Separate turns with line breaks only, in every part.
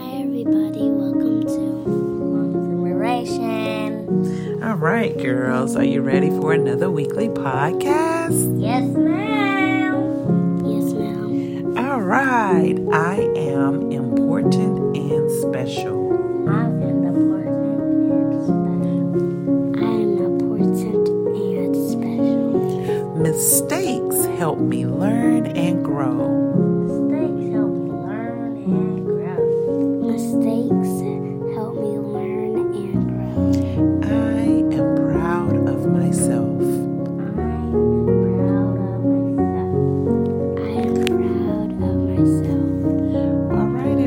everybody. Welcome to Duration.
All right, girls, are you ready for another weekly podcast?
Yes, ma'am. Yes, ma'am.
All right, I am important and special.
I'm an important and special. I'm important and special.
Mistakes help me learn and grow.
Mistakes help me learn and grow. Mistakes help me learn and grow.
I am proud of myself.
I'm proud of myself. I am proud of myself.
All right,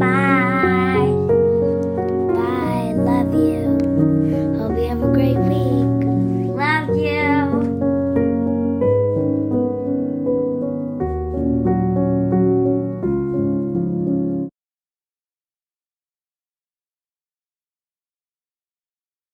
Bye.